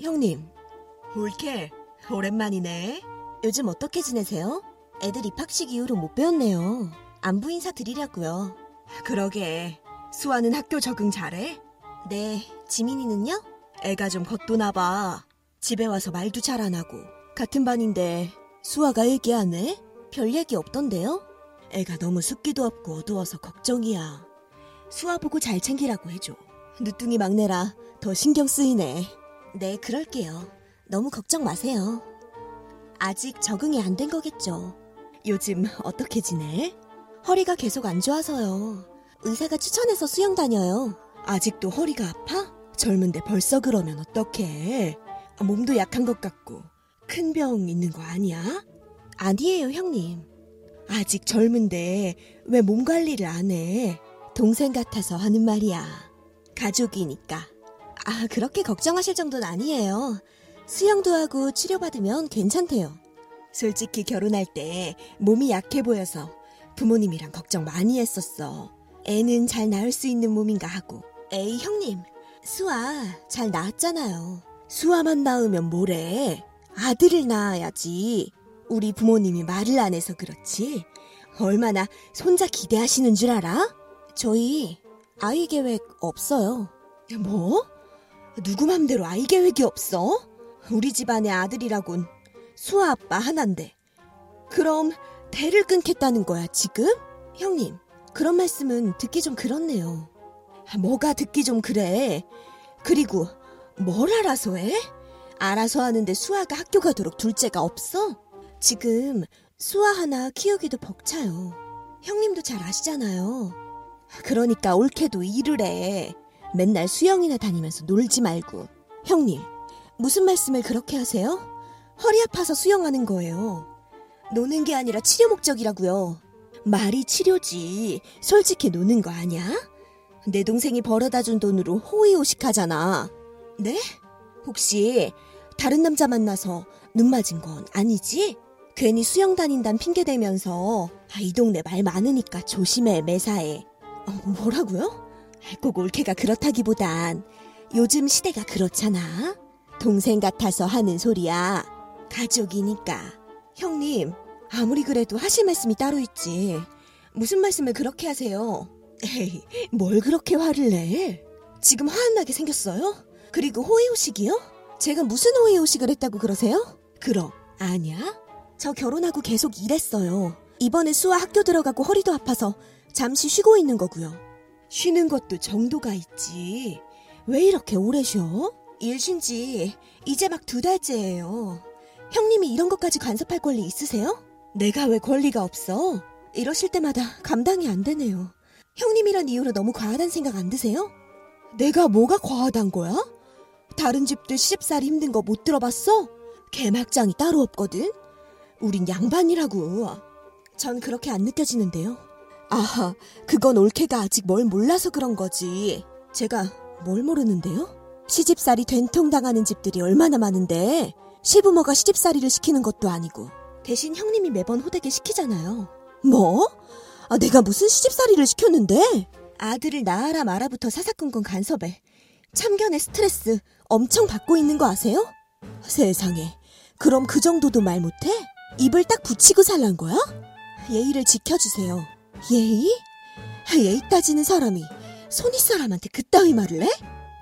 형님, 올케, 오랜만이네. 요즘 어떻게 지내세요? 애들 입학식 이후로 못 배웠네요. 안부 인사 드리려고요. 그러게, 수아는 학교 적응 잘해? 네, 지민이는요? 애가 좀 겉도나 봐. 집에 와서 말도 잘 안 하고. 같은 반인데 수아가 얘기하네? 별 얘기 없던데요? 애가 너무 습기도 없고 어두워서 걱정이야. 수아 보고 잘 챙기라고 해줘. 늦둥이 막내라 더 신경 쓰이네. 네, 그럴게요. 너무 걱정 마세요. 아직 적응이 안 된 거겠죠. 요즘 어떻게 지내? 허리가 계속 안 좋아서요. 의사가 추천해서 수영 다녀요. 아직도 허리가 아파? 젊은데 벌써 그러면 어떡해. 몸도 약한 것 같고 큰 병 있는 거 아니야? 아니에요, 형님. 아직 젊은데 왜 몸 관리를 안 해? 동생 같아서 하는 말이야. 가족이니까. 아, 그렇게 걱정하실 정도는 아니에요. 수영도 하고 치료받으면 괜찮대요. 솔직히 결혼할 때 몸이 약해 보여서 부모님이랑 걱정 많이 했었어. 애는 잘 낳을 수 있는 몸인가 하고. 에이, 형님. 수아, 잘 낳았잖아요. 수아만 낳으면 뭐래? 아들을 낳아야지. 우리 부모님이 말을 안 해서 그렇지. 얼마나 손자 기대하시는 줄 알아? 저희 아이 계획 없어요. 뭐? 누구 맘대로 아이 계획이 없어? 우리 집안의 아들이라곤 수아 아빠 하나인데. 그럼 대를 끊겠다는 거야, 지금? 형님, 그런 말씀은 듣기 좀 그렇네요. 아, 뭐가 듣기 좀 그래. 그리고 뭘 알아서 해? 알아서 하는데 수아가 학교 가도록 둘째가 없어? 지금 수아 하나 키우기도 벅차요. 형님도 잘 아시잖아요. 그러니까 올케도 일을 해. 맨날 수영이나 다니면서 놀지 말고. 형님, 무슨 말씀을 그렇게 하세요? 허리 아파서 수영하는 거예요. 노는 게 아니라 치료 목적이라고요. 말이 치료지. 솔직히 노는 거 아니야? 내 동생이 벌어다 준 돈으로 호의호식하잖아. 네? 혹시 다른 남자 만나서 눈 맞은 건 아니지? 괜히 수영 다닌단 핑계 대면서 아, 이 동네 말 많으니까 조심해 매사에 어, 뭐라고요? 아, 꼭 올케가 그렇다기보단 요즘 시대가 그렇잖아 동생 같아서 하는 소리야 가족이니까 형님 아무리 그래도 하실 말씀이 따로 있지 무슨 말씀을 그렇게 하세요 에이 뭘 그렇게 화를 내 지금 화안나게 생겼어요? 그리고 호의호식이요? 제가 무슨 호의호식을 했다고 그러세요? 그럼 아니야? 저 결혼하고 계속 일했어요. 이번에 수아 학교 들어가고 허리도 아파서 잠시 쉬고 있는 거고요. 쉬는 것도 정도가 있지. 왜 이렇게 오래 쉬어? 일 쉰 지 이제 막 두 달째예요. 형님이 이런 것까지 간섭할 권리 있으세요? 내가 왜 권리가 없어? 이러실 때마다 감당이 안 되네요. 형님이란 이유로 너무 과하단 생각 안 드세요? 내가 뭐가 과하단 거야? 다른 집들 시집살이 힘든 거 못 들어봤어? 개막장이 따로 없거든? 우린 양반이라고. 전 그렇게 안 느껴지는데요. 아하, 그건 올케가 아직 뭘 몰라서 그런 거지. 제가 뭘 모르는데요? 시집살이 된통당하는 집들이 얼마나 많은데 시부모가 시집살이를 시키는 것도 아니고 대신 형님이 매번 호되게 시키잖아요. 뭐? 아, 내가 무슨 시집살이를 시켰는데? 아들을 낳아라 마라부터 사사건건 간섭에 참견의 스트레스 엄청 받고 있는 거 아세요? 세상에, 그럼 그 정도도 말 못해? 입을 딱 붙이고 살란 거야? 예의를 지켜주세요. 예의? 예의 따지는 사람이 손윗 사람한테 그따위 말을 해?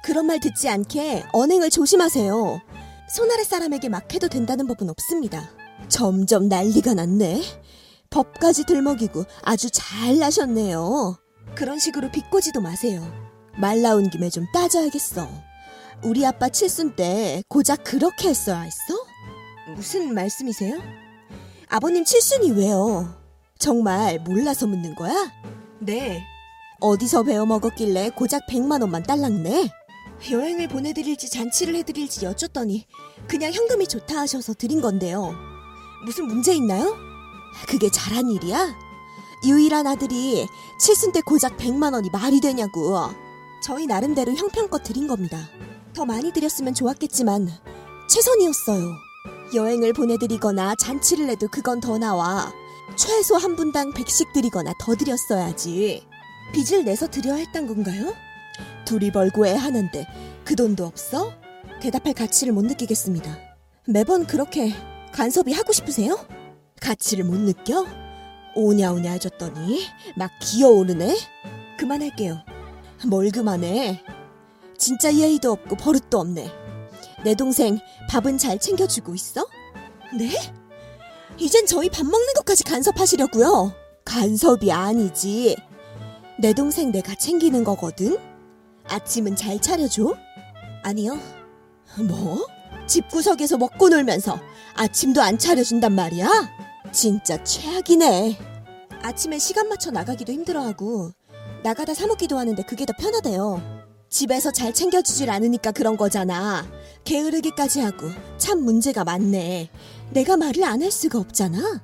그런 말 듣지 않게 언행을 조심하세요. 손아래 사람에게 막 해도 된다는 법은 없습니다. 점점 난리가 났네. 법까지 들먹이고 아주 잘 나셨네요. 그런 식으로 비꼬지도 마세요. 말 나온 김에 좀 따져야겠어. 우리 아빠 칠순 때 고작 그렇게 했어야 했어? 무슨 말씀이세요? 아버님 칠순이 왜요? 정말 몰라서 묻는 거야? 네. 어디서 배워 먹었길래 고작 100만 원만 딸랑 내? 여행을 보내드릴지 잔치를 해드릴지 여쭙더니 그냥 현금이 좋다 하셔서 드린 건데요. 무슨 문제 있나요? 그게 잘한 일이야? 유일한 아들이 칠순 때 고작 100만 원이 말이 되냐고. 저희 나름대로 형편껏 드린 겁니다. 더 많이 드렸으면 좋았겠지만 최선이었어요. 여행을 보내드리거나 잔치를 해도 그건 더 나와. 최소 한 분당 100씩 드리거나 더 드렸어야지. 빚을 내서 드려야 했단 건가요? 둘이 벌고 애 하는데 그 돈도 없어? 대답할 가치를 못 느끼겠습니다. 매번 그렇게 간섭이 하고 싶으세요? 가치를 못 느껴? 오냐오냐 해줬더니 막 기어오르네? 그만할게요. 뭘 그만해? 진짜 예의도 없고 버릇도 없네. 내 동생 밥은 잘 챙겨주고 있어? 네? 이젠 저희 밥 먹는 것까지 간섭하시려고요. 간섭이 아니지. 내 동생 내가 챙기는 거거든. 아침은 잘 차려줘. 아니요. 뭐? 집구석에서 먹고 놀면서 아침도 안 차려준단 말이야? 진짜 최악이네. 아침에 시간 맞춰 나가기도 힘들어하고 나가다 사 먹기도 하는데 그게 더 편하대요. 집에서 잘 챙겨주질 않으니까 그런 거잖아. 게으르기까지 하고 참 문제가 많네. 내가 말을 안 할 수가 없잖아.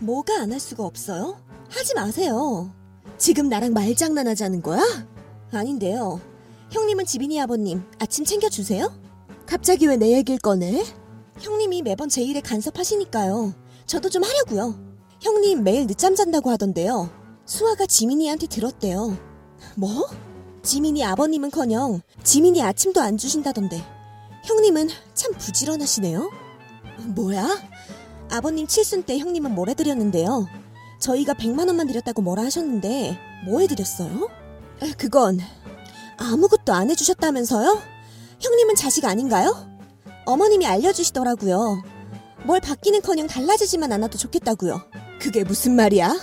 뭐가 안 할 수가 없어요? 하지 마세요. 지금 나랑 말장난하자는 거야? 아닌데요. 형님은 지빈이 아버님 아침 챙겨주세요? 갑자기 왜 내 얘길 꺼내? 형님이 매번 제 일에 간섭하시니까요. 저도 좀 하려고요. 형님 매일 늦잠 잔다고 하던데요. 수아가 지민이한테 들었대요. 뭐? 지민이 아버님은커녕 지민이 아침도 안 주신다던데. 형님은 참 부지런하시네요. 뭐야? 아버님 칠순 때 형님은 뭘 해드렸는데요? 저희가 100만 원만 드렸다고 뭐라 하셨는데 뭐 해드렸어요? 에, 그건 아무것도 안 해주셨다면서요? 형님은 자식 아닌가요? 어머님이 알려주시더라고요. 뭘 바뀌는커녕 달라지지만 않아도 좋겠다고요. 그게 무슨 말이야?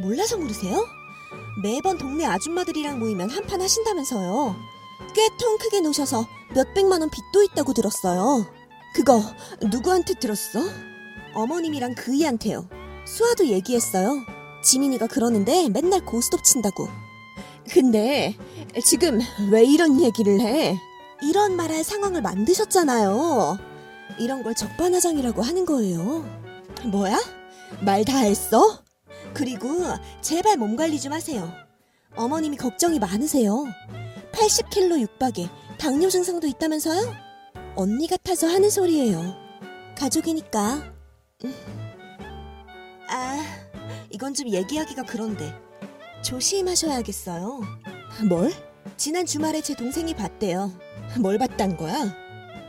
몰라서 모르세요? 매번 동네 아줌마들이랑 모이면 한판 하신다면서요. 꽤 통 크게 노셔서 몇백만 원 빚도 있다고 들었어요. 그거 누구한테 들었어? 어머님이랑 그이한테요. 수아도 얘기했어요. 지민이가 그러는데 맨날 고스톱 친다고. 근데 지금 왜 이런 얘기를 해? 이런 말할 상황을 만드셨잖아요. 이런 걸 적반하장이라고 하는 거예요. 뭐야? 말 다 했어? 그리고 제발 몸 관리 좀 하세요. 어머님이 걱정이 많으세요. 80kg 육박에 당뇨 증상도 있다면서요? 언니 같아서 하는 소리예요. 가족이니까. 음. 아, 이건 좀 얘기하기가 그런데 조심하셔야겠어요. 뭘? 지난 주말에 제 동생이 봤대요. 뭘 봤단 거야?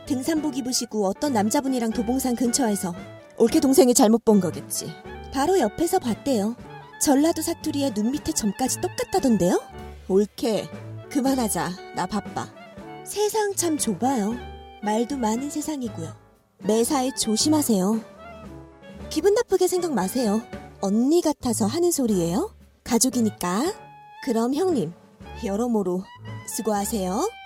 등산복 입으시고 어떤 남자분이랑 도봉산 근처에서 올케 동생이 잘못 본 거겠지. 바로 옆에서 봤대요. 전라도 사투리에 눈 밑에 점까지 똑같다던데요? 올케, 그만하자. 나 바빠. 세상 참 좁아요. 말도 많은 세상이고요. 매사에 조심하세요. 기분 나쁘게 생각 마세요. 언니 같아서 하는 소리예요. 가족이니까. 그럼 형님, 여러모로 수고하세요.